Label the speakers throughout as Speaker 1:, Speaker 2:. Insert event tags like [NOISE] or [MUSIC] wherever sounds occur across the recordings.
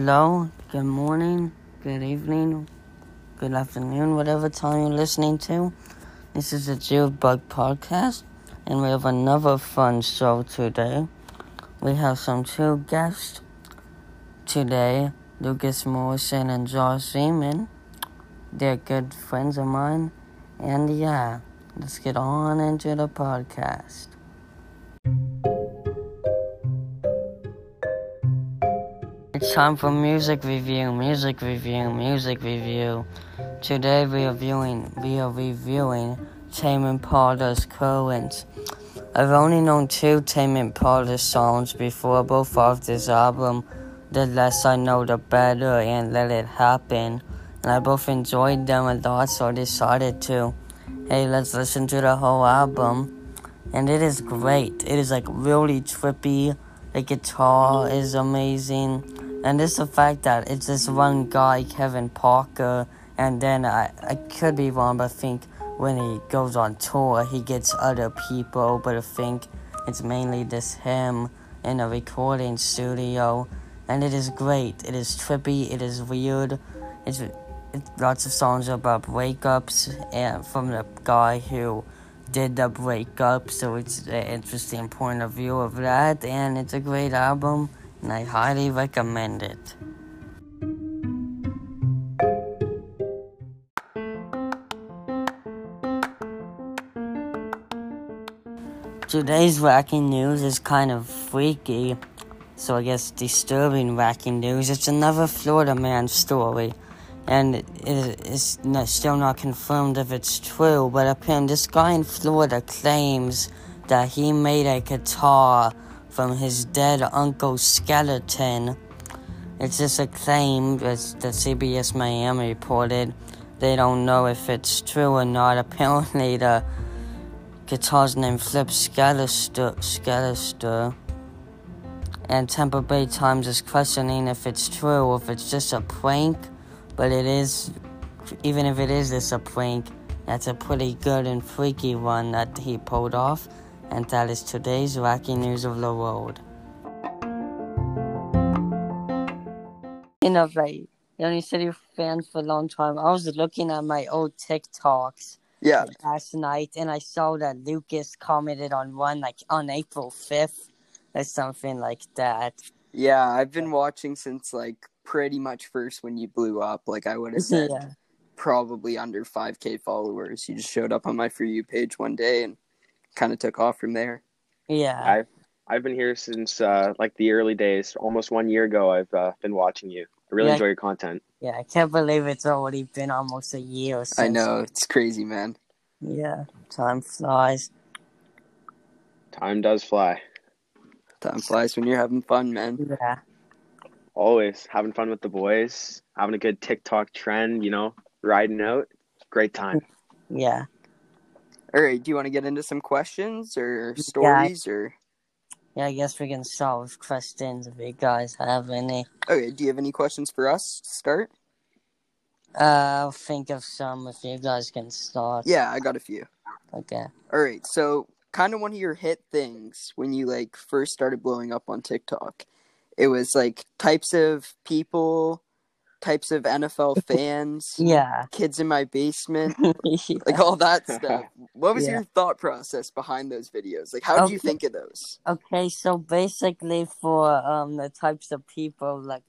Speaker 1: Hello, good morning, good evening, good afternoon, whatever time you're listening to. This is the Jill Bug Podcast, and we have another fun show today. We have some two guests today Lucas Morrison and Josh Seaman. They're good friends of mine, and yeah, let's get on into the podcast. It's time for music review, music review, music review. Today we are viewing, we are reviewing Tame Impala's Currents. I've only known two Tame Impala songs before, both off this album, The Less I Know The Better and Let It Happen, and I both enjoyed them a lot, so I decided to, hey, let's listen to the whole album. And it is great. It is like really trippy. The guitar is amazing. And it's the fact that it's this one guy, Kevin Parker, and then I, I could be wrong, but I think when he goes on tour, he gets other people, but I think it's mainly just him in a recording studio. And it is great. It is trippy. It is weird. It's, it's lots of songs about breakups and from the guy who did the breakup, so it's an interesting point of view of that, and it's a great album, and I highly recommend it. Today's Wacky News is kind of freaky, so I guess disturbing Wacky News. It's another Florida man story, and it is not, still not confirmed if it's true, but apparently this guy in Florida claims that he made a guitar from his dead uncle's skeleton. It's just a claim that the CBS Miami reported. They don't know if it's true or not. Apparently the guitar's named Flip Scalister, Scalister. And Tampa Bay Times is questioning if it's true or if it's just a prank. But it is, even if it is just a prank, that's a pretty good and freaky one that he pulled off. And that is today's wacky news of the world. You know, like, you only said you fans for a long time. I was looking at my old TikToks
Speaker 2: Yeah.
Speaker 1: last night, and I saw that Lucas commented on one like on April fifth or something like that.
Speaker 2: Yeah. I've been watching since like pretty much first when you blew up. Like I would have said
Speaker 1: Mm-hmm, Yeah,
Speaker 2: probably under 5K followers. You just showed up on my For You page one day and kind of took off from there.
Speaker 1: [LAUGHS] yeah,
Speaker 3: I've I've been here since uh, like the early days, almost one year ago. I've uh, been watching you. I really
Speaker 1: Yeah.
Speaker 3: enjoy your content.
Speaker 1: yeah. I can't believe it's already been almost a year. Since,
Speaker 2: I know. It's crazy, man.
Speaker 1: Yeah, time flies.
Speaker 3: Time does fly.
Speaker 2: Time flies when you're having fun, man.
Speaker 1: Yeah,
Speaker 3: Always having fun with the boys, having a good TikTok trend. You know, riding out. Great time.
Speaker 1: yeah.
Speaker 2: All right. Do you want to get into some questions or stories or.
Speaker 1: Yeah, I guess we can solve questions if you guys have any.
Speaker 2: Okay. Do you have any questions for us to start?
Speaker 1: Uh, I'll think of some if you guys can start.
Speaker 2: Yeah. I got a few.
Speaker 1: Okay.
Speaker 2: All right. So, kind of one of your hit things when you like first started blowing up on TikTok, it was like types of people, types
Speaker 1: [LAUGHS]
Speaker 2: of NFL fans,
Speaker 1: Yeah. [LAUGHS]
Speaker 2: kids in my basement, like all that stuff.
Speaker 1: [LAUGHS]
Speaker 2: What was
Speaker 1: Yeah. Um,
Speaker 2: your thought process behind those videos? Like, how did you
Speaker 1: Okay.
Speaker 2: think of those?
Speaker 1: Okay, so basically for um the types of people like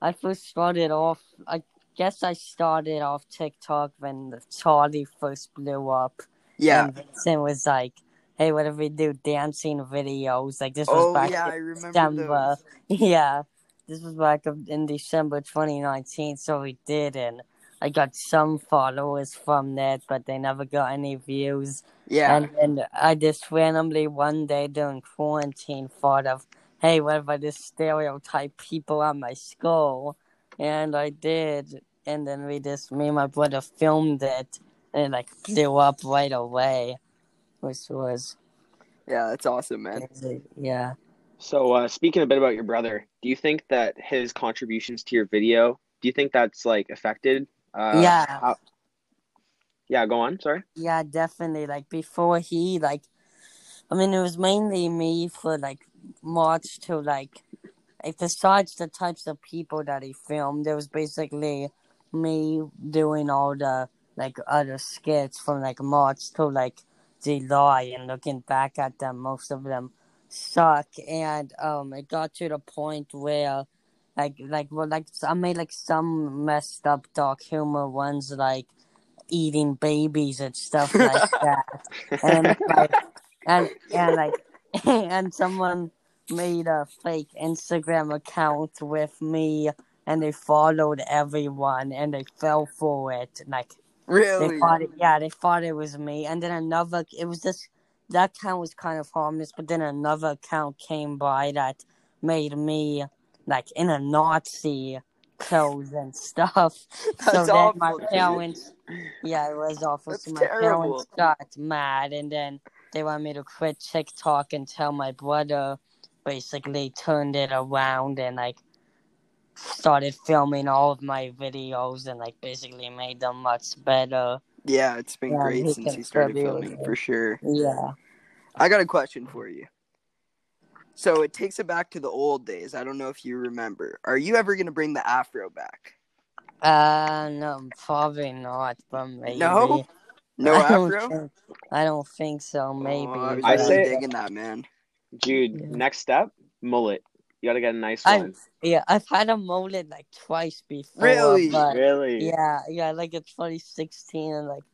Speaker 1: I first started off I guess I started off TikTok when the Charlie first blew up.
Speaker 2: Yeah.
Speaker 1: And Vincent was like, Hey, what if we do dancing videos? Like this was
Speaker 2: Oh
Speaker 1: back
Speaker 2: yeah, I
Speaker 1: in
Speaker 2: remember
Speaker 1: December.
Speaker 2: those.
Speaker 1: [LAUGHS] Yeah. This was back of- in December twenty nineteen, so we did and I got some followers from that, but they never got any views.
Speaker 2: Yeah.
Speaker 1: And then I just randomly one day during quarantine thought of, hey, what if I just stereotype people at my school? And I did. And then we just, me and my brother filmed it and it like blew up right away, which was
Speaker 2: yeah, that's awesome, man.
Speaker 1: crazy. Yeah.
Speaker 3: So uh, speaking a bit about your brother, do you think that his contributions to your video, do you think that's like affected? Uh,
Speaker 1: Yeah.
Speaker 3: how- yeah. Go on. Sorry.
Speaker 1: Yeah, definitely. Like before he like I mean it was mainly me for like March to like like besides the types of people that he filmed, there was basically me doing all the like other skits from like March to like July and looking back at them, most of them suck. And um, it got to the point where like like well like I made like some messed up dark humor ones like eating babies and stuff like that, and like and and like [LAUGHS] and someone made a fake Instagram account with me and they followed everyone and they fell for it. Like
Speaker 2: Really?
Speaker 1: they thought it, yeah, they thought it was me. And then another it was this that account was kind of harmless, but then another account came by that made me like in a Nazi clothes and stuff. so
Speaker 2: [LAUGHS] That's
Speaker 1: then my
Speaker 2: awful, dude.
Speaker 1: parents Yeah, it was awful.
Speaker 2: That's
Speaker 1: so my
Speaker 2: terrible.
Speaker 1: parents got mad and then they wanted me to quit TikTok until my brother basically turned it around and like started filming all of my videos and like basically made them much better.
Speaker 2: Yeah, it's been
Speaker 1: Yeah,
Speaker 2: great
Speaker 1: he
Speaker 2: since
Speaker 1: can
Speaker 2: you started
Speaker 1: probably-
Speaker 2: filming for sure.
Speaker 1: Yeah.
Speaker 2: I got a question for you. So it takes it back to the old days. I don't know if you remember. Are you ever gonna bring the afro back?
Speaker 1: Uh no, probably not, but maybe.
Speaker 2: No?
Speaker 1: [LAUGHS]
Speaker 2: No
Speaker 1: I don't
Speaker 2: afro?
Speaker 1: think- I don't think so. Maybe.
Speaker 2: Oh, I was
Speaker 1: but-
Speaker 3: I
Speaker 2: really
Speaker 3: say-
Speaker 2: digging that man.
Speaker 3: Jude,
Speaker 1: Yeah.
Speaker 3: next step, mullet. You gotta get a nice
Speaker 1: I-
Speaker 3: one.
Speaker 1: yeah, I've had a mullet like twice before.
Speaker 2: Really?
Speaker 1: But
Speaker 3: really?
Speaker 1: yeah, yeah, like in 2016 and like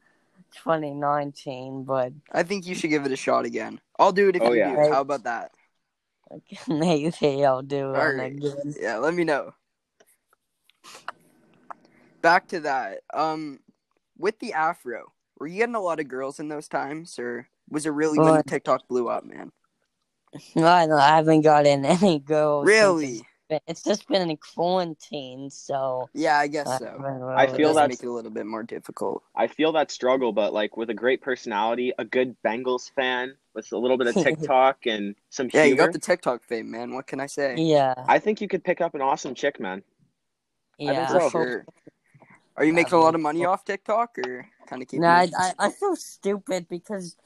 Speaker 1: 2019, but
Speaker 2: I think you should give it a shot again. I'll do it if
Speaker 3: Oh,
Speaker 2: you
Speaker 3: yeah.
Speaker 2: do. How about that?
Speaker 1: like, [LAUGHS] maybe I'll do it
Speaker 2: All right.
Speaker 1: again.
Speaker 2: Yeah, let me know. Back to that. Um, with the afro, were you getting a lot of girls in those times, or was it really when
Speaker 1: What?
Speaker 2: TikTok blew up, man?
Speaker 1: No, I, don't- I haven't gotten [LAUGHS] any girls. since
Speaker 2: Really?
Speaker 1: it's- It's just been in quarantine, so.
Speaker 2: Yeah, I guess
Speaker 1: I
Speaker 2: so.
Speaker 1: haven't
Speaker 3: I
Speaker 1: really-
Speaker 2: It
Speaker 3: feel
Speaker 2: does
Speaker 3: that's-
Speaker 2: make it a little bit more difficult.
Speaker 3: I feel that struggle, but like with a great personality, a good Bengals fan, with a little bit of TikTok and some
Speaker 2: Yeah, you
Speaker 3: humor,
Speaker 2: got the TikTok fame, man. What can I say?
Speaker 1: Yeah,
Speaker 3: I think you could pick up an awesome chick, man.
Speaker 1: yeah.
Speaker 3: so.
Speaker 2: For sure. Are you
Speaker 1: Yeah,
Speaker 2: making a lot
Speaker 1: man.
Speaker 2: of money off TikTok, or kind of keep?
Speaker 1: No, I, I, [LAUGHS] I feel stupid because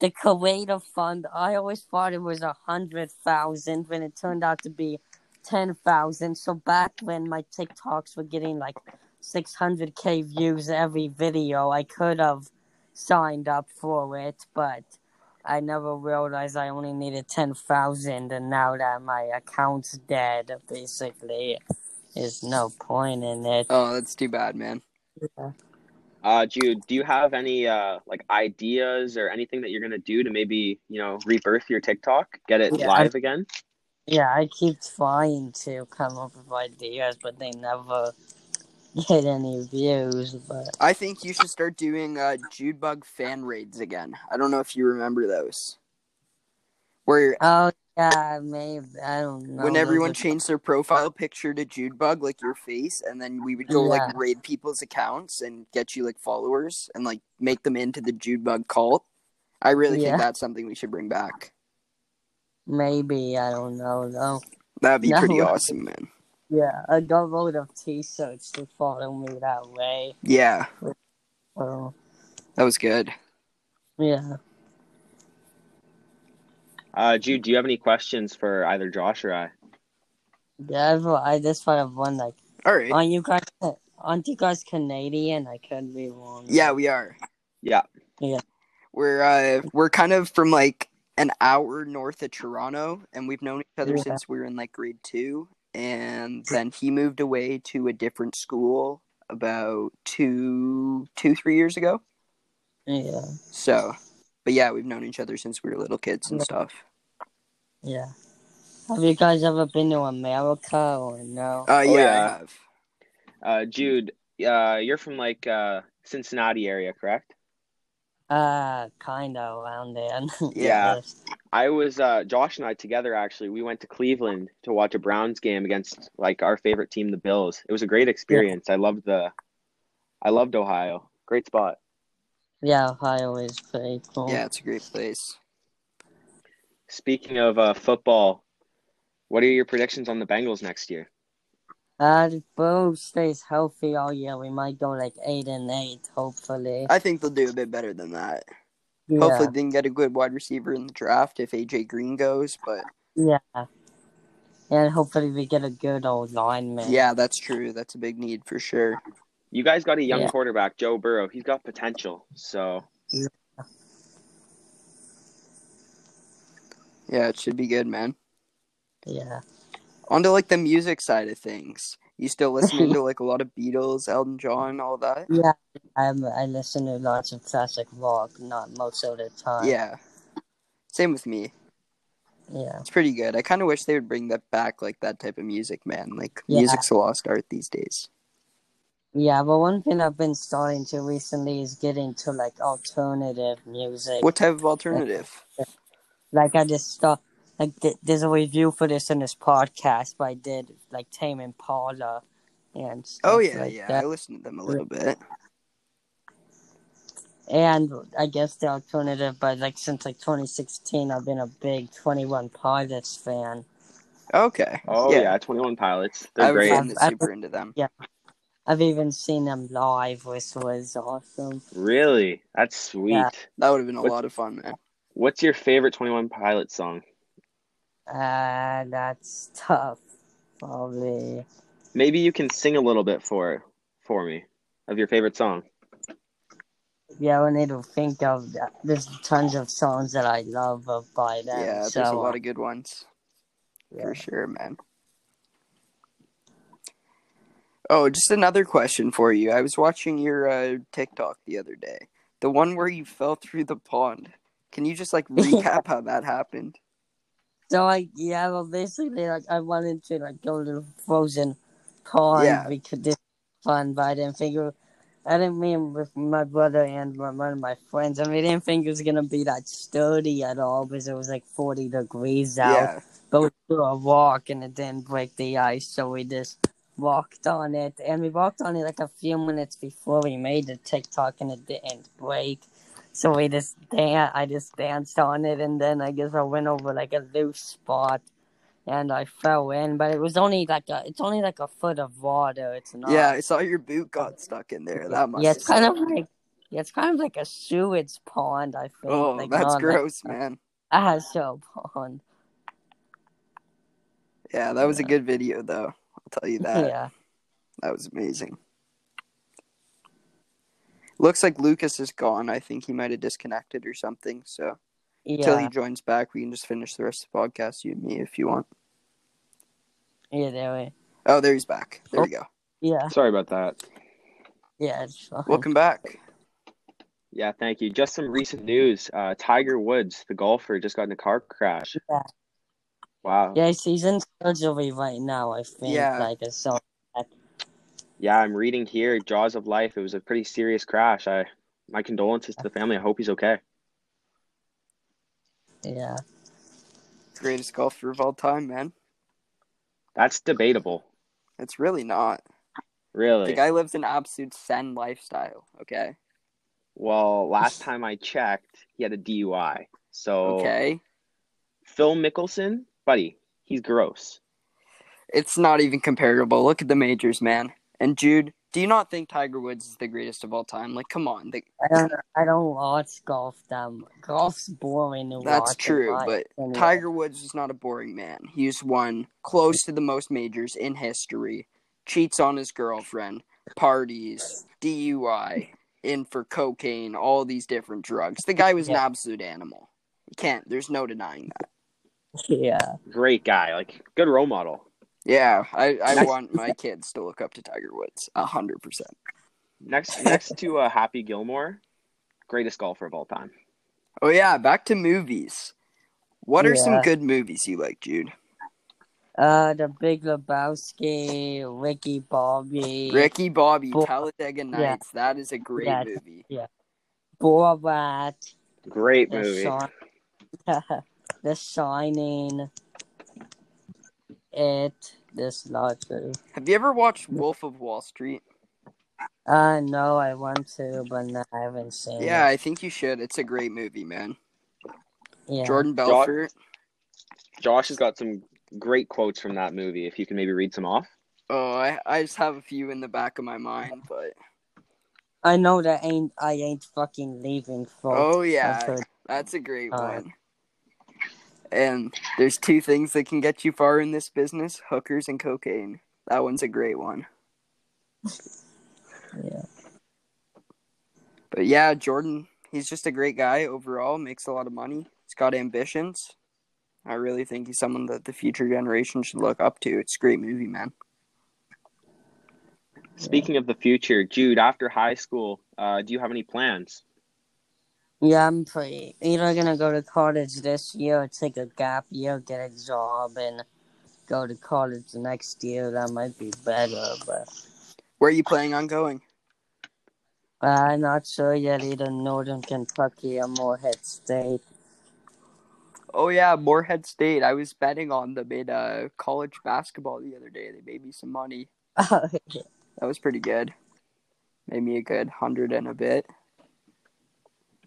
Speaker 1: the creator fund, I always thought it was a hundred thousand when it turned out to be ten thousand. So back when my TikToks were getting like six hundred K views every video, I could have signed up for it, but I never realized I only needed ten thousand and now that my account's dead basically there's no point in it.
Speaker 2: Oh, that's too bad, man.
Speaker 3: Uh, Jude, do you have any uh like ideas or anything that you're gonna do to maybe you know rebirth your TikTok, get it
Speaker 1: Yeah,
Speaker 3: live again?
Speaker 1: Yeah, I keep trying to come up with ideas, but they never [LAUGHS] get any views. But
Speaker 2: I think you should start doing uh, Jude Bug fan raids again. I don't know if you remember those, where
Speaker 1: oh yeah, maybe I don't know.
Speaker 2: when
Speaker 1: those
Speaker 2: everyone
Speaker 1: are-
Speaker 2: changed their profile picture to Jude Bug, like your face, and then we would go
Speaker 1: Yeah.
Speaker 2: like raid people's accounts and get you like followers and like make them into the Jude Bug cult. I really
Speaker 1: Yeah.
Speaker 2: think that's something we should bring back.
Speaker 1: maybe I don't know though.
Speaker 2: That'd be
Speaker 1: That
Speaker 2: pretty
Speaker 1: would-
Speaker 2: awesome, man.
Speaker 1: Yeah, I got load of T-shirts to follow me that way.
Speaker 2: Yeah,
Speaker 1: So
Speaker 2: that was good.
Speaker 1: yeah,
Speaker 3: Uh, Jude, do you have any questions for either Josh or I?
Speaker 1: yeah. I've- I just thought of one like,
Speaker 2: All right.
Speaker 1: aren't you guys? Aren't you guys Canadian? I could be wrong.
Speaker 2: Yeah, we are.
Speaker 3: Yeah.
Speaker 1: Yeah.
Speaker 2: We're uh we're kind of from like an hour north of Toronto and we've known each other
Speaker 1: Yeah.
Speaker 2: since we were in like grade 2 and then he moved away to a different school about 2 2 3 years ago.
Speaker 1: yeah,
Speaker 2: So, but yeah, we've known each other since we were little kids and
Speaker 1: Yeah.
Speaker 2: stuff.
Speaker 1: yeah. Have you guys ever been to America or no?
Speaker 2: Uh yeah,
Speaker 3: yeah.
Speaker 2: I have.
Speaker 3: Uh, Jude, uh, you're from like uh Cincinnati area, correct?
Speaker 1: Uh, kind of around there. [LAUGHS]
Speaker 3: Yeah. I was uh, Josh and I together actually. We went to Cleveland to watch a Browns game against like our favorite team, the Bills. It was a great experience. I loved the, I loved Ohio. Great spot.
Speaker 1: Yeah, Ohio is pretty cool.
Speaker 2: Yeah, it's a great place.
Speaker 3: Speaking of uh, football, what are your predictions on the Bengals next year?
Speaker 1: Uh, if Bo stays healthy all year, we might go like 8 and 8, hopefully.
Speaker 2: I think they'll do a bit better than that.
Speaker 1: Yeah.
Speaker 2: Hopefully they can get a good wide receiver in the draft if AJ Green goes, but
Speaker 1: Yeah. And hopefully we get a good old lineman.
Speaker 2: Yeah, that's true. That's a big need for sure.
Speaker 3: You guys got a young
Speaker 1: Yeah.
Speaker 3: quarterback, Joe Burrow. He's got potential. So
Speaker 2: Yeah, it should be good, man.
Speaker 1: Yeah.
Speaker 2: On to like the music side of things. You still listening to like a lot of Beatles, Elton John, all that?
Speaker 1: Yeah. I'm, I listen to lots of classic rock, not most of the time.
Speaker 2: Yeah. Same with me.
Speaker 1: Yeah.
Speaker 2: It's pretty good. I kind of wish they would bring that back, like that type of music, man. Like
Speaker 1: Yeah.
Speaker 2: music's a lost art these days.
Speaker 1: Yeah, but one thing I've been starting to recently is getting to like alternative music.
Speaker 2: What type of alternative?
Speaker 1: Like I just start like th- there's a review for this in this podcast, but I did like Tame Impala and stuff
Speaker 2: Oh yeah,
Speaker 1: like
Speaker 2: yeah.
Speaker 1: that.
Speaker 2: I listened to them a little bit.
Speaker 1: and I guess the alternative, but like since like 2016, I've been a big 21 Pilots fan.
Speaker 2: Okay.
Speaker 3: oh
Speaker 2: Yeah.
Speaker 3: yeah, Twenty One Pilots.
Speaker 2: I
Speaker 3: They're
Speaker 2: was
Speaker 3: great.
Speaker 1: have-
Speaker 2: kind of
Speaker 1: I-
Speaker 2: super into them.
Speaker 1: I've even seen them live, which was awesome.
Speaker 3: Really? That's sweet.
Speaker 1: Yeah.
Speaker 2: That would have been a
Speaker 3: What-
Speaker 2: lot of fun, man.
Speaker 3: What's your favorite Twenty One Pilots song?
Speaker 1: Uh, that's tough, probably.
Speaker 3: Maybe you can sing a little bit for for me of your favorite song.
Speaker 1: Yeah, I need to think of that. There's tons of songs that I love of by them.
Speaker 2: Yeah,
Speaker 1: so, uh,
Speaker 2: there's a lot of good ones.
Speaker 1: yeah.
Speaker 2: For sure, man. Oh, just another question for you. I was watching your uh, TikTok the other day. The one where you fell through the pond. Can you
Speaker 1: [LAUGHS]
Speaker 2: just like recap how that happened?
Speaker 1: So like yeah, well basically like I wanted to like go to the frozen pond
Speaker 2: Yeah.
Speaker 1: because this was fun, but I didn't think it was, I didn't mean with my brother and my, one of my friends. I mean, I didn't think it was gonna be that sturdy at all because it was like forty degrees out.
Speaker 2: Yeah.
Speaker 1: But we took a walk and it didn't break the ice, so we just walked on it. And we walked on it like a few minutes before we made the TikTok and it didn't break. So we just dan- I just danced on it and then I guess I went over like a loose spot and I fell in. But it was only like a it's only like a foot of water. It's not
Speaker 2: Yeah, I saw your boot got stuck in there. That must
Speaker 1: yeah, it's
Speaker 2: have
Speaker 1: kind of
Speaker 2: sucked.
Speaker 1: like yeah, it's kind of like a sewage pond, I think.
Speaker 2: Oh,
Speaker 1: like,
Speaker 2: that's
Speaker 1: not
Speaker 2: gross, man.
Speaker 1: Like a show pond.
Speaker 2: Yeah, that was a
Speaker 1: Yeah.
Speaker 2: good video though. I'll tell you that.
Speaker 1: [LAUGHS] yeah.
Speaker 2: That was amazing. Looks like Lucas is gone. I think he might have disconnected or something. So until
Speaker 1: Yeah.
Speaker 2: he joins back, we can just finish the rest of the podcast, you and me, if you want.
Speaker 1: yeah, there we
Speaker 2: Oh, there he's back. There we go.
Speaker 1: Yeah,
Speaker 3: Sorry about that.
Speaker 1: yeah, it's fine.
Speaker 2: Welcome back.
Speaker 3: Yeah, thank you. Just some recent news. Uh, Tiger Woods, the golfer, just got in a car crash.
Speaker 1: Yeah.
Speaker 3: Wow.
Speaker 1: Yeah, he's in surgery right now, I think.
Speaker 2: Yeah.
Speaker 1: Like, it's so
Speaker 3: Yeah, I'm reading here Jaws of Life. It was a pretty serious crash. I my condolences to the family. I hope he's okay.
Speaker 1: yeah.
Speaker 2: Greatest golfer of all time, man.
Speaker 3: That's debatable,
Speaker 2: It's really not.
Speaker 3: really.
Speaker 2: The guy lives an absolute sen lifestyle. Okay.
Speaker 3: Well, last time I checked, he had a DUI. So
Speaker 2: Okay.
Speaker 3: Phil Mickelson, buddy, he's gross.
Speaker 2: It's not even comparable. Look at the majors, man. And Jude, do you not think Tiger Woods is the greatest of all time? Like, come on. The,
Speaker 1: I don't, I don't watch golf that much. Golf's boring to watch.
Speaker 2: that's
Speaker 1: in
Speaker 2: true,
Speaker 1: my
Speaker 2: but
Speaker 1: opinion.
Speaker 2: Tiger Woods is not a boring man. He's won close to the most majors in history, cheats on his girlfriend, parties, DUI, in for cocaine, all these different drugs. The guy was an
Speaker 1: Yeah.
Speaker 2: absolute animal. You can't, there's no denying that.
Speaker 1: [LAUGHS] Yeah.
Speaker 3: Great guy, like good role model.
Speaker 2: Yeah, I, I
Speaker 3: Nice.
Speaker 2: want my kids to look up to Tiger Woods. a 100%.
Speaker 3: Next next to uh, Happy Gilmore, greatest golfer of all time.
Speaker 2: Oh, yeah, back to movies. What are some
Speaker 1: Yeah.
Speaker 2: good movies you like, Jude?
Speaker 1: Uh, the Big Lebowski, Ricky Bobby,
Speaker 2: Ricky Bobby,
Speaker 1: Bo-
Speaker 2: Talladega Nights. That is a great
Speaker 1: Yeah.
Speaker 2: movie.
Speaker 1: Borat,
Speaker 3: Great
Speaker 1: The,
Speaker 3: movie.
Speaker 1: Shi- [LAUGHS] the Shining, It, this lottery.
Speaker 2: Have you ever watched Wolf of Wall Street?
Speaker 1: Uh, no, I want to, but no, I haven't seen
Speaker 2: Yeah,
Speaker 1: it.
Speaker 2: I think you should. It's a great movie, man.
Speaker 1: Yeah.
Speaker 2: Jordan Belfort.
Speaker 3: Josh has got some great quotes from that movie. If you can maybe read some off.
Speaker 2: Oh, I, I just have a few in the back of my mind, but
Speaker 1: I know that ain't I ain't fucking leaving folks.
Speaker 2: oh
Speaker 1: I've
Speaker 2: yeah,
Speaker 1: heard-
Speaker 2: that's a great
Speaker 1: All
Speaker 2: one. And there's two things that can get you far in this business hookers and cocaine. That one's a great one.
Speaker 4: Yeah.
Speaker 2: But yeah, Jordan, he's just a great guy overall, makes a lot of money, he's got ambitions. I really think he's someone that the future generation should look up to. It's a great movie, man.
Speaker 3: Speaking of the future, Jude, after high school, uh, do you have any plans?
Speaker 1: Yeah, I'm pretty either gonna go to college this year or take a gap year, get a job and go to college the next year. That might be better, but
Speaker 2: Where are you planning on going?
Speaker 1: I'm not sure yet either Northern Kentucky or Morehead State. [LAUGHS]
Speaker 2: Oh yeah, Moorhead State. I was betting on them in uh, college basketball the other day. They made me some money. That was pretty good. Made me a good hundred and a bit.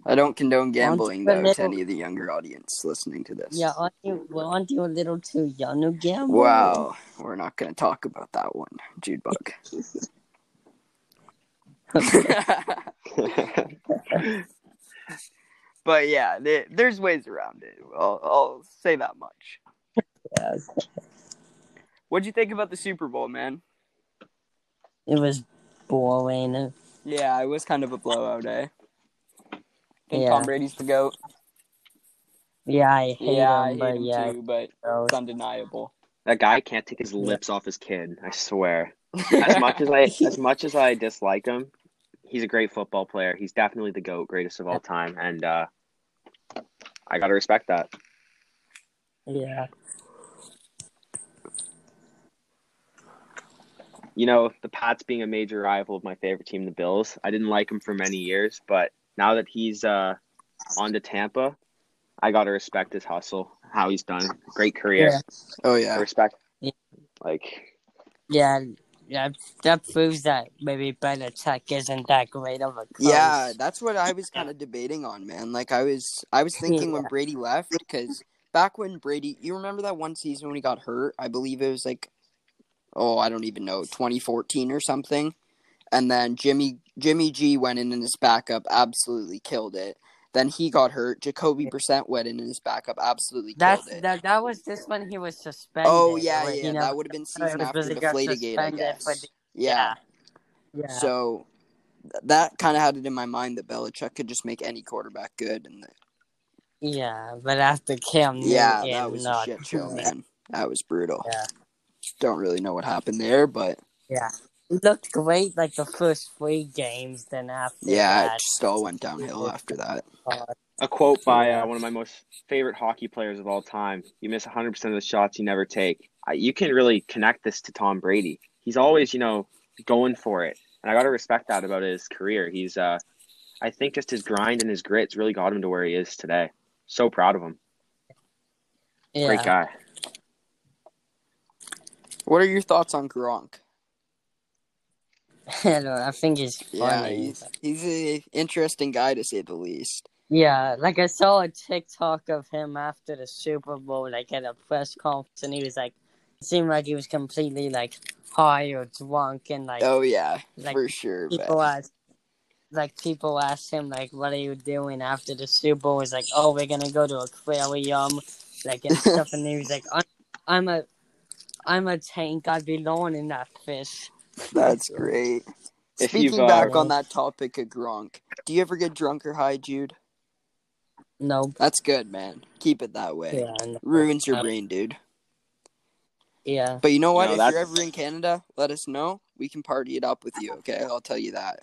Speaker 2: I don't condone gambling though to any of the younger audience listening to this.
Speaker 1: yeah, aren't you well, aren't you a little too young to gamble?
Speaker 2: Wow, we're not going to talk about that one, Jude [LAUGHS] Buck. but yeah, there, there's ways around it. I'll, I'll say that much.
Speaker 1: Yeah,
Speaker 2: What'd you think about the Super Bowl, man?
Speaker 1: it was boring.
Speaker 2: Yeah, it was kind of a blowout, eh? Think
Speaker 1: Yeah.
Speaker 2: Tom Brady's the goat.
Speaker 1: Yeah, I hate
Speaker 2: Yeah, I
Speaker 1: him,
Speaker 2: hate
Speaker 1: but
Speaker 2: him
Speaker 1: yeah,
Speaker 2: too, but
Speaker 1: so-
Speaker 2: it's undeniable.
Speaker 3: That guy can't take his lips off his kid. I swear. As much as I, as much as I dislike him, he's a great football player. He's definitely the goat, greatest of all time, and uh, I gotta respect that.
Speaker 1: yeah.
Speaker 3: You know, the Pats being a major rival of my favorite team, the Bills. I didn't like him for many years, but now that he's uh, on to Tampa, I gotta respect his hustle, how he's done. Great career.
Speaker 1: Yeah.
Speaker 2: oh
Speaker 3: I
Speaker 2: yeah,
Speaker 3: respect.
Speaker 1: Yeah.
Speaker 3: Like
Speaker 1: Yeah, yeah, that proves that maybe Belichick isn't that great of a coach.
Speaker 2: yeah. That's what I was kind of debating on, man. Like I was, I was thinking when Brady left because back when Brady, you remember that one season when he got hurt? I believe it was like, oh, I don't even know, 2014 or something. And then Jimmy Jimmy G went in in his backup, absolutely killed it. Then he got hurt. Jacoby Brissett went in in his backup, absolutely
Speaker 1: that's
Speaker 2: killed it.
Speaker 1: that. That was just when he was suspended.
Speaker 2: oh yeah,
Speaker 1: like,
Speaker 2: yeah.
Speaker 1: you know,
Speaker 2: that would have been season
Speaker 1: was
Speaker 2: after
Speaker 1: because he
Speaker 2: the
Speaker 1: got
Speaker 2: Flatiegate, I
Speaker 1: suspended
Speaker 2: guess.
Speaker 1: for the-
Speaker 2: yeah.
Speaker 1: yeah.
Speaker 2: So th- that kind of had it in my mind that Belichick could just make any quarterback good, and that
Speaker 1: yeah, but after Cam, Newton,
Speaker 2: yeah, that was a
Speaker 1: not,
Speaker 2: shit show, man. That was brutal.
Speaker 1: Yeah.
Speaker 2: Don't really know what happened there, but
Speaker 1: He looked great like the first three games. Then after
Speaker 2: yeah, it
Speaker 1: that,
Speaker 2: just all went downhill after that.
Speaker 3: a quote by
Speaker 1: Yeah.
Speaker 3: uh, one of my most favorite hockey players of all time you miss 100% of the shots you never take I, you can really connect this to tom brady he's always you know going for it and i got to respect that about his career he's uh i think just his grind and his grits really got him to where he is today so proud of him
Speaker 1: yeah.
Speaker 3: great guy
Speaker 2: What are your thoughts on Gronk?
Speaker 1: [LAUGHS] I, don't- I think he's
Speaker 2: Yeah,
Speaker 1: funny.
Speaker 2: he's he's a interesting guy to say the least.
Speaker 1: Yeah, like I saw a TikTok of him after the Super Bowl, like at a press conference, and he was like, it seemed like he was completely like high or drunk, and like
Speaker 2: Oh yeah,
Speaker 1: like,
Speaker 2: for sure. man.
Speaker 1: people asked, like people asked him like, "What are you doing after the Super Bowl?" He's like, "Oh, we're gonna go to aquarium, like and stuff," and he was like, "I'm, I'm a, I'm a tank. I belong in that fish."
Speaker 2: That's great.
Speaker 3: If
Speaker 2: Speaking
Speaker 3: you've, uh,
Speaker 2: back on that topic of Gronk, do you ever get drunk or high, Jude?
Speaker 1: Nope.
Speaker 2: That's good, man. Keep it that way.
Speaker 1: Yeah. no.
Speaker 2: Ruins your
Speaker 1: Uh,
Speaker 2: brain, dude. [LAUGHS]
Speaker 1: Yeah.
Speaker 2: But you know what?
Speaker 3: No,
Speaker 2: if you're
Speaker 3: that's-
Speaker 2: ever in Canada, let us know. We can party it up with you, okay? I'll tell you that.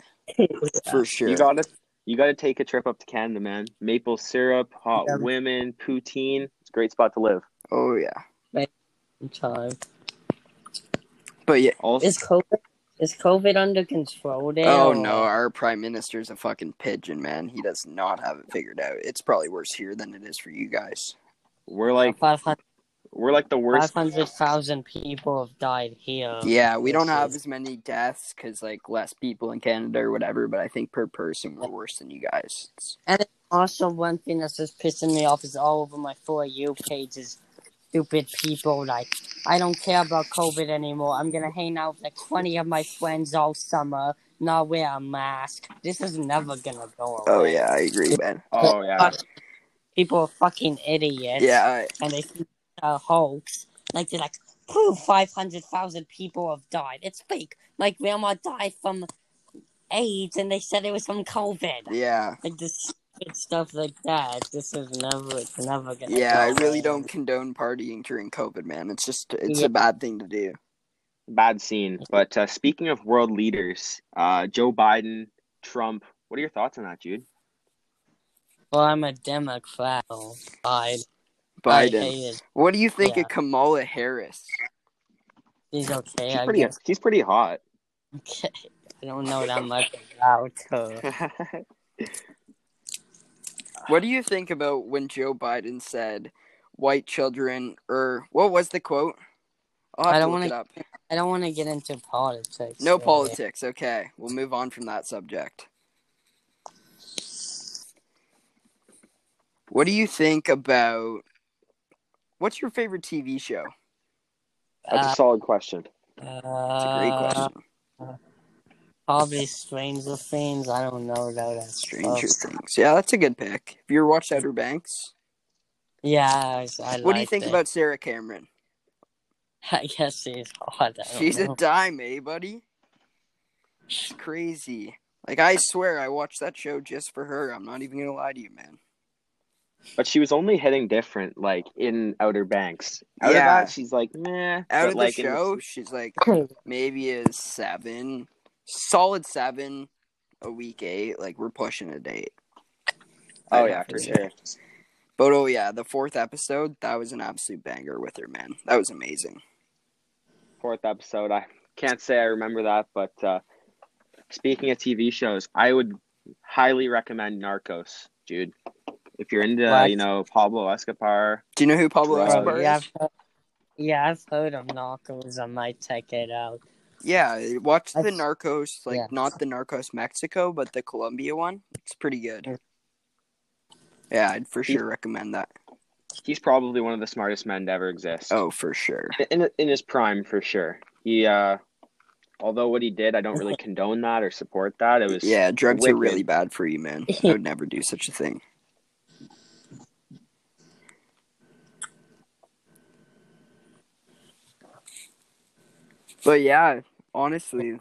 Speaker 2: For sure.
Speaker 3: you gotta you gotta take a trip up to canada man maple syrup hot
Speaker 1: Yeah.
Speaker 3: women poutine it's a great spot to live
Speaker 2: oh yeah.
Speaker 1: Time.
Speaker 2: But yeah.
Speaker 3: also
Speaker 1: Is COVID is COVID under control there?
Speaker 2: Oh
Speaker 1: or-
Speaker 2: no, our prime minister's a fucking pigeon, man. He does not have it figured out. It's probably worse here than it is for you guys.
Speaker 3: we're like
Speaker 1: Five hun-
Speaker 3: we're like the worst
Speaker 1: 500,000 people have died here.
Speaker 2: Yeah, we don't
Speaker 1: this
Speaker 2: have
Speaker 1: is-
Speaker 2: as many deaths because like less people in Canada or whatever. But I think per person we're worse than you guys. It's-
Speaker 1: Also, one thing that's just pissing me off is all over my For You page is stupid people. Like, I don't care about COVID anymore. I'm going to hang out with like 20 of my friends all summer, not
Speaker 2: Uh,
Speaker 1: wear a mask. This is never going to go away.
Speaker 2: Oh yeah, I agree, man.
Speaker 3: oh yeah
Speaker 1: people are fucking idiots.
Speaker 2: Yeah, I-
Speaker 1: and they think it's a hoax. Like they're like, prove five hundred thousand people have died. It's fake. My grandma died from AIDS, and they said it was from COVID.
Speaker 2: yeah,
Speaker 1: Like this stupid stuff like that. This is never, it's never gonna.
Speaker 2: yeah. I
Speaker 1: go
Speaker 2: really
Speaker 1: away.
Speaker 2: don't condone partying during COVID, man. It's just it's
Speaker 1: Yeah.
Speaker 2: a bad thing to do.
Speaker 3: Bad scene. But uh, speaking of world leaders, uh, Joe Biden, Trump. What are your thoughts on that, Jude?
Speaker 1: Well, I'm a Democrat. so I, I
Speaker 2: Biden.
Speaker 1: hate it.
Speaker 2: What do you think
Speaker 1: Yeah.
Speaker 2: of Kamala Harris?
Speaker 1: He's okay.
Speaker 3: She's
Speaker 1: I
Speaker 3: pretty.
Speaker 1: guess. [LAUGHS]
Speaker 3: She's pretty hot. [LAUGHS]
Speaker 1: Okay. I don't know that much about her.
Speaker 2: What do you think about when Joe Biden said white children or what was the quote? I'll have
Speaker 1: I
Speaker 2: I
Speaker 1: don't
Speaker 2: don't to look
Speaker 1: wanna-
Speaker 2: it up.
Speaker 1: I don't want to get into politics.
Speaker 2: No
Speaker 1: really.
Speaker 2: politics. Okay. We'll move on from that subject. What do you think about what's your favorite TV show?
Speaker 3: That's
Speaker 2: Uh,
Speaker 3: a solid question.
Speaker 2: That's a great
Speaker 1: Uh,
Speaker 2: question.
Speaker 1: probably Stranger Things. I don't know though. That's
Speaker 2: Stranger
Speaker 1: oh.
Speaker 2: Things. Yeah, that's a good pick. Have you ever watched Outer Banks?
Speaker 1: Yeah, I, I
Speaker 2: What do you
Speaker 1: liked
Speaker 2: think
Speaker 1: it.
Speaker 2: about Sarah Cameron?
Speaker 1: [LAUGHS] I guess she's hot. I don't
Speaker 2: She's [LAUGHS]
Speaker 1: know.
Speaker 2: a dime, eh, buddy? It's crazy. Like I swear, I watched that show just for her. I'm not even gonna lie to you, man.
Speaker 3: But she was only hitting different, like in Outer Banks. Out
Speaker 2: Yeah.
Speaker 3: of that, she's like, meh.
Speaker 2: Out
Speaker 3: but,
Speaker 2: of
Speaker 3: like,
Speaker 2: the
Speaker 3: in
Speaker 2: show, she's like maybe a seven, solid seven, a week eight. Like we're pushing a date.
Speaker 3: oh
Speaker 2: I'd
Speaker 3: yeah,
Speaker 2: have to
Speaker 3: for
Speaker 2: say.
Speaker 3: sure.
Speaker 2: But oh yeah, the fourth episode that was an absolute banger with her, man. That was amazing.
Speaker 3: Fourth episode. I can't say I remember that, but uh, speaking of TV shows, I would highly recommend Narcos, Jude. If you're into,
Speaker 1: What?
Speaker 3: you know, Pablo Escobar,
Speaker 2: Do you know who Pablo
Speaker 3: Bro,
Speaker 2: Escobar
Speaker 1: [LAUGHS] Bro,
Speaker 2: is?
Speaker 1: yeah, I've heard, yeah, I've heard of Narcos. I might check it out.
Speaker 2: Yeah, eh, watch the
Speaker 1: That's-
Speaker 2: Narcos, like
Speaker 1: yeah.
Speaker 2: not the Narcos Mexico, but the Colombia one. It's pretty
Speaker 1: Mm.
Speaker 2: good. Yeah, I'd for
Speaker 3: He-
Speaker 2: sure recommend that.
Speaker 3: he's probably one of the smartest men to ever exist.
Speaker 2: Oh, for sure.
Speaker 3: in in his prime for sure. He, uh, although what he did, I don't really condone that or support that. It was
Speaker 2: Yeah, drugs are really
Speaker 3: wicked.
Speaker 2: bad for you, man. I would never do such a
Speaker 1: [LAUGHS]
Speaker 2: thing. But yeah, honestly,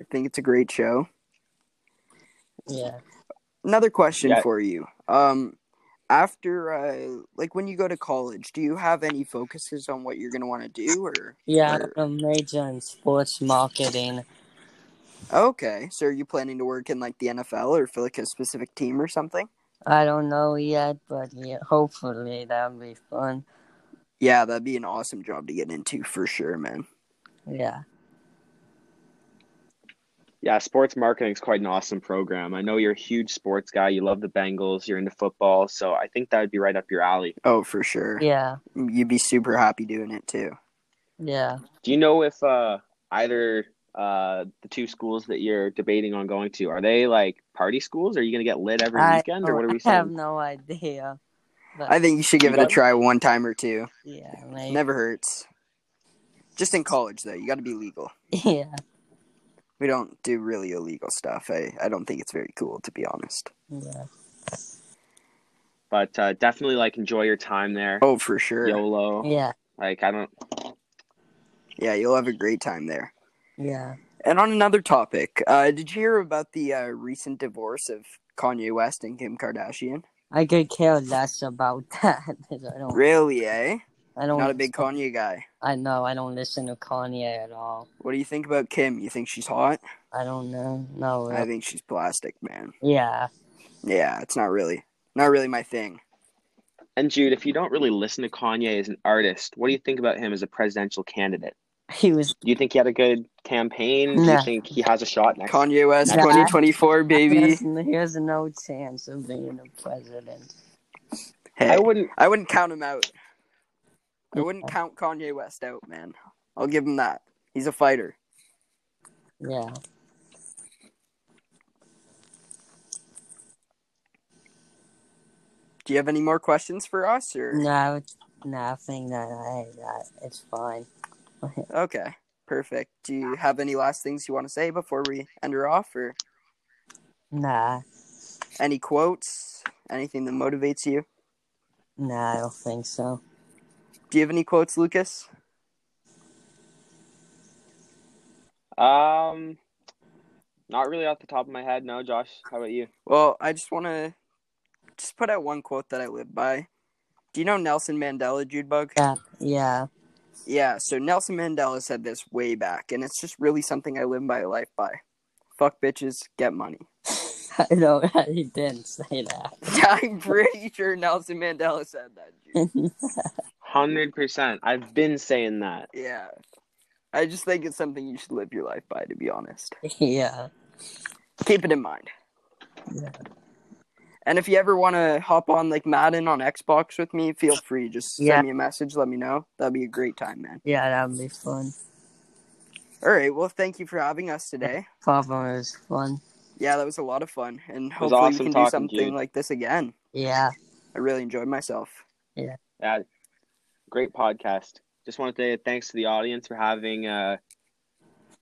Speaker 2: I think it's a great show.
Speaker 1: Yeah.
Speaker 2: Another question
Speaker 3: Yeah.
Speaker 2: for you. Um after uh like when you go to college, do you have any focuses on what you're going to want to do or
Speaker 1: Yeah,
Speaker 2: Or-
Speaker 1: I'm a major in sports marketing.
Speaker 2: Okay, so are you planning to work in like the NFL or for like a specific team or something?
Speaker 1: I don't know yet, but yeah, hopefully that'll be fun.
Speaker 2: Yeah, that'd be an awesome job to get into for sure, man.
Speaker 1: Yeah.
Speaker 3: Yeah, sports marketing is quite an awesome program. I know you're a huge sports guy. You love the Bengals. You're into football, so I think that would be right up your alley.
Speaker 2: Oh, for sure. Mm,
Speaker 1: Yeah.
Speaker 2: You'd be super happy doing it too.
Speaker 1: Yeah.
Speaker 3: Do you know if uh, either uh, the two schools that you're debating on going to are they like party schools? Are you gonna get lit every
Speaker 1: I,
Speaker 3: weekend, or what are we
Speaker 1: I [LAUGHS] have
Speaker 3: saying?
Speaker 1: no idea. But
Speaker 2: I think you should give
Speaker 3: You
Speaker 2: it a
Speaker 3: got-
Speaker 2: try one time or two.
Speaker 1: yeah, maybe.
Speaker 2: Never hurts. Just in college though, you got to be legal.
Speaker 1: [LAUGHS] Yeah.
Speaker 2: We don't do really illegal stuff. I, I don't think it's very cool to be honest.
Speaker 1: Yeah.
Speaker 3: But uh, definitely like enjoy your time there.
Speaker 2: Oh, for sure.
Speaker 3: YOLO.
Speaker 1: Yeah.
Speaker 3: Like I don't.
Speaker 2: Yeah, you'll have a great time there.
Speaker 1: Yeah.
Speaker 2: And on another topic, uh, did you hear about the uh, recent divorce of Kanye West and Kim Kardashian?
Speaker 1: I could care less about [LAUGHS] that. I don't.
Speaker 2: Really, eh?
Speaker 1: I don't.
Speaker 2: Not a big Kanye guy.
Speaker 1: I know. I don't listen to Kanye at all.
Speaker 2: What do you think about Kim? You think she's hot?
Speaker 1: I don't know. No. uh,
Speaker 2: I think she's plastic, man.
Speaker 1: yeah. [LAUGHS]
Speaker 2: Yeah, it's not really, not really my thing.
Speaker 3: And Jude, if you don't really listen to Kanye as an artist, what do you think about him as a presidential candidate?
Speaker 1: He was.
Speaker 3: Do you think he had a good campaign? Do
Speaker 1: Nah.
Speaker 3: you think he has a shot next?
Speaker 2: Kanye West,
Speaker 1: Nah.
Speaker 2: 2024,
Speaker 1: He
Speaker 2: baby.
Speaker 1: has, he has no chance of being a president.
Speaker 2: Hey,
Speaker 3: I wouldn't.
Speaker 2: I wouldn't count him out. I wouldn't count Kanye West out, man. I'll give him that. He's a fighter.
Speaker 1: Yeah.
Speaker 2: Do you have any more questions for us, or
Speaker 1: No. It's nothing. That I. That, it's fine.
Speaker 2: okay, perfect. Do you have any last things you want to say before we end her off, or
Speaker 1: Nah.
Speaker 2: any quotes? Anything that motivates you?
Speaker 1: Nah, I don't think so.
Speaker 2: Do you have any quotes, Lucas?
Speaker 3: Um, not really off the top of my head. No, Josh. How about you?
Speaker 2: Well, I just want to just put out one quote that I live by. Do you know Nelson Mandela, Jude Bug?
Speaker 1: Yeah, yeah. [LAUGHS]
Speaker 2: Yeah, so Nelson Mandela said this way back, and it's just really something I live my life by. Fuck bitches, get money. [LAUGHS]
Speaker 1: I know [LAUGHS] he didn't say that.
Speaker 2: I'm pretty sure Nelson Mandela said that.
Speaker 1: Mm.
Speaker 2: Jude.
Speaker 3: Hundred percent. I've been saying that.
Speaker 2: Yeah. I just think it's something you should live your life by, to be honest.
Speaker 1: [LAUGHS] yeah.
Speaker 2: Keep it in mind.
Speaker 1: Yeah.
Speaker 2: And if you ever want to hop on like Madden on Xbox with me, feel free. Just send
Speaker 1: Yeah.
Speaker 2: me a message, let me know. That'd be a great time, man.
Speaker 1: Yeah, that'd be fun.
Speaker 2: All right. Well, thank you for having us today.
Speaker 1: Problem is fun.
Speaker 2: Yeah, that was a lot of fun, and
Speaker 3: was
Speaker 2: hopefully
Speaker 3: awesome
Speaker 2: we can do
Speaker 3: talking,
Speaker 2: something
Speaker 3: Jude.
Speaker 2: like this again.
Speaker 1: Yeah.
Speaker 2: I really enjoyed myself.
Speaker 3: Yeah, great podcast. Just want to say thanks to the audience for having uh,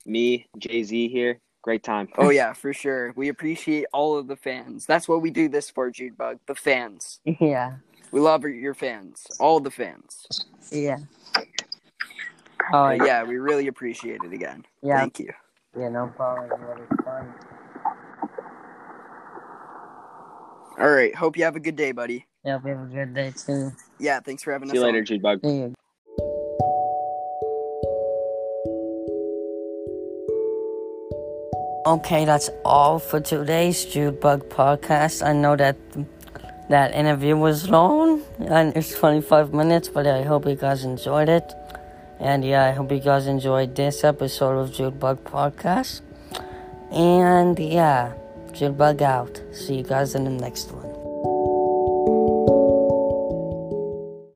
Speaker 3: me, Jay Z here. Great time.
Speaker 2: Oh yeah, for sure. We appreciate all of the fans. That's what we do this for, Jude Bug. The fans.
Speaker 1: Yeah.
Speaker 2: We love your fans. All the fans.
Speaker 1: Yeah. Oh
Speaker 2: But
Speaker 1: yeah.
Speaker 2: yeah, we really appreciate it again.
Speaker 1: Yeah.
Speaker 2: Thank you.
Speaker 1: Yeah. No problem. Really fun.
Speaker 2: All right. Hope you have a good day, buddy.
Speaker 1: Yeah. We have a good day too.
Speaker 2: Yeah. Thanks for having
Speaker 3: See
Speaker 2: us. on.
Speaker 3: you later, Jude Bug.
Speaker 1: See you. Okay, that's all for today's Jude Bug podcast. I know that that interview was long and it's 25 minutes, but I hope you guys enjoyed it. And yeah, I hope you guys enjoyed this episode of Jude Bug podcast. And yeah, Jude Bug out. See you guys in the next one.